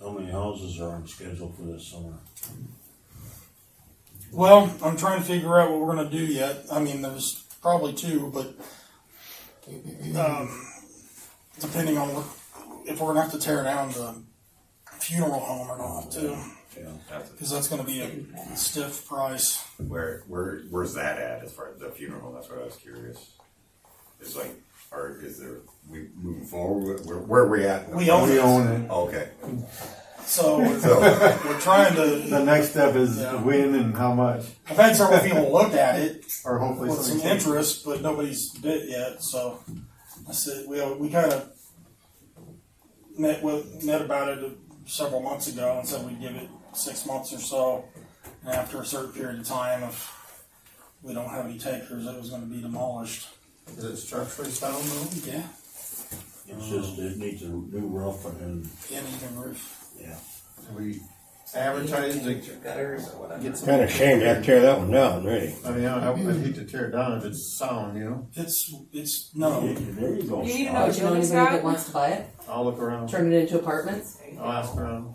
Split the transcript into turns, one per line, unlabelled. How many houses are on schedule for this summer?
Well, I'm trying to figure out what we're gonna do yet. I mean, there's probably two, but um, depending on what, if we're gonna have to tear down the funeral home or not, too,
Yeah,
because that's gonna be a stiff price.
Where, where, where's that at as far as the funeral? home? That's what I was curious. It's like, or is there, we moving forward, where, where are we at?
We own
We
it,
own it.
Okay,
so we're,
so,
we're trying
The
to.
next step is
Yeah.
when and how much,
I've had several people look at it
or hopefully
with some
something.
interest, but nobody's bid yet. So I said we we kind of met with met about it several months ago and said we'd give it six months or so. And after a certain period of time, if we don't have any takers, it was going to be demolished.
Is it structurally sound though?
Yeah,
it's just, it needs a new roof and,
and even roof.
yeah.
Have we advertised to
gutters or whatever.
get some?
Kind of shame you have to tear that one down, really.
I mean, I would hate to tear it down if it's sound, you know?
It's it's no.
There you go.
You need to
Scott.
know-
Do you know anybody that wants to buy it?
I'll look around.
Turn it into apartments?
I'll ask around.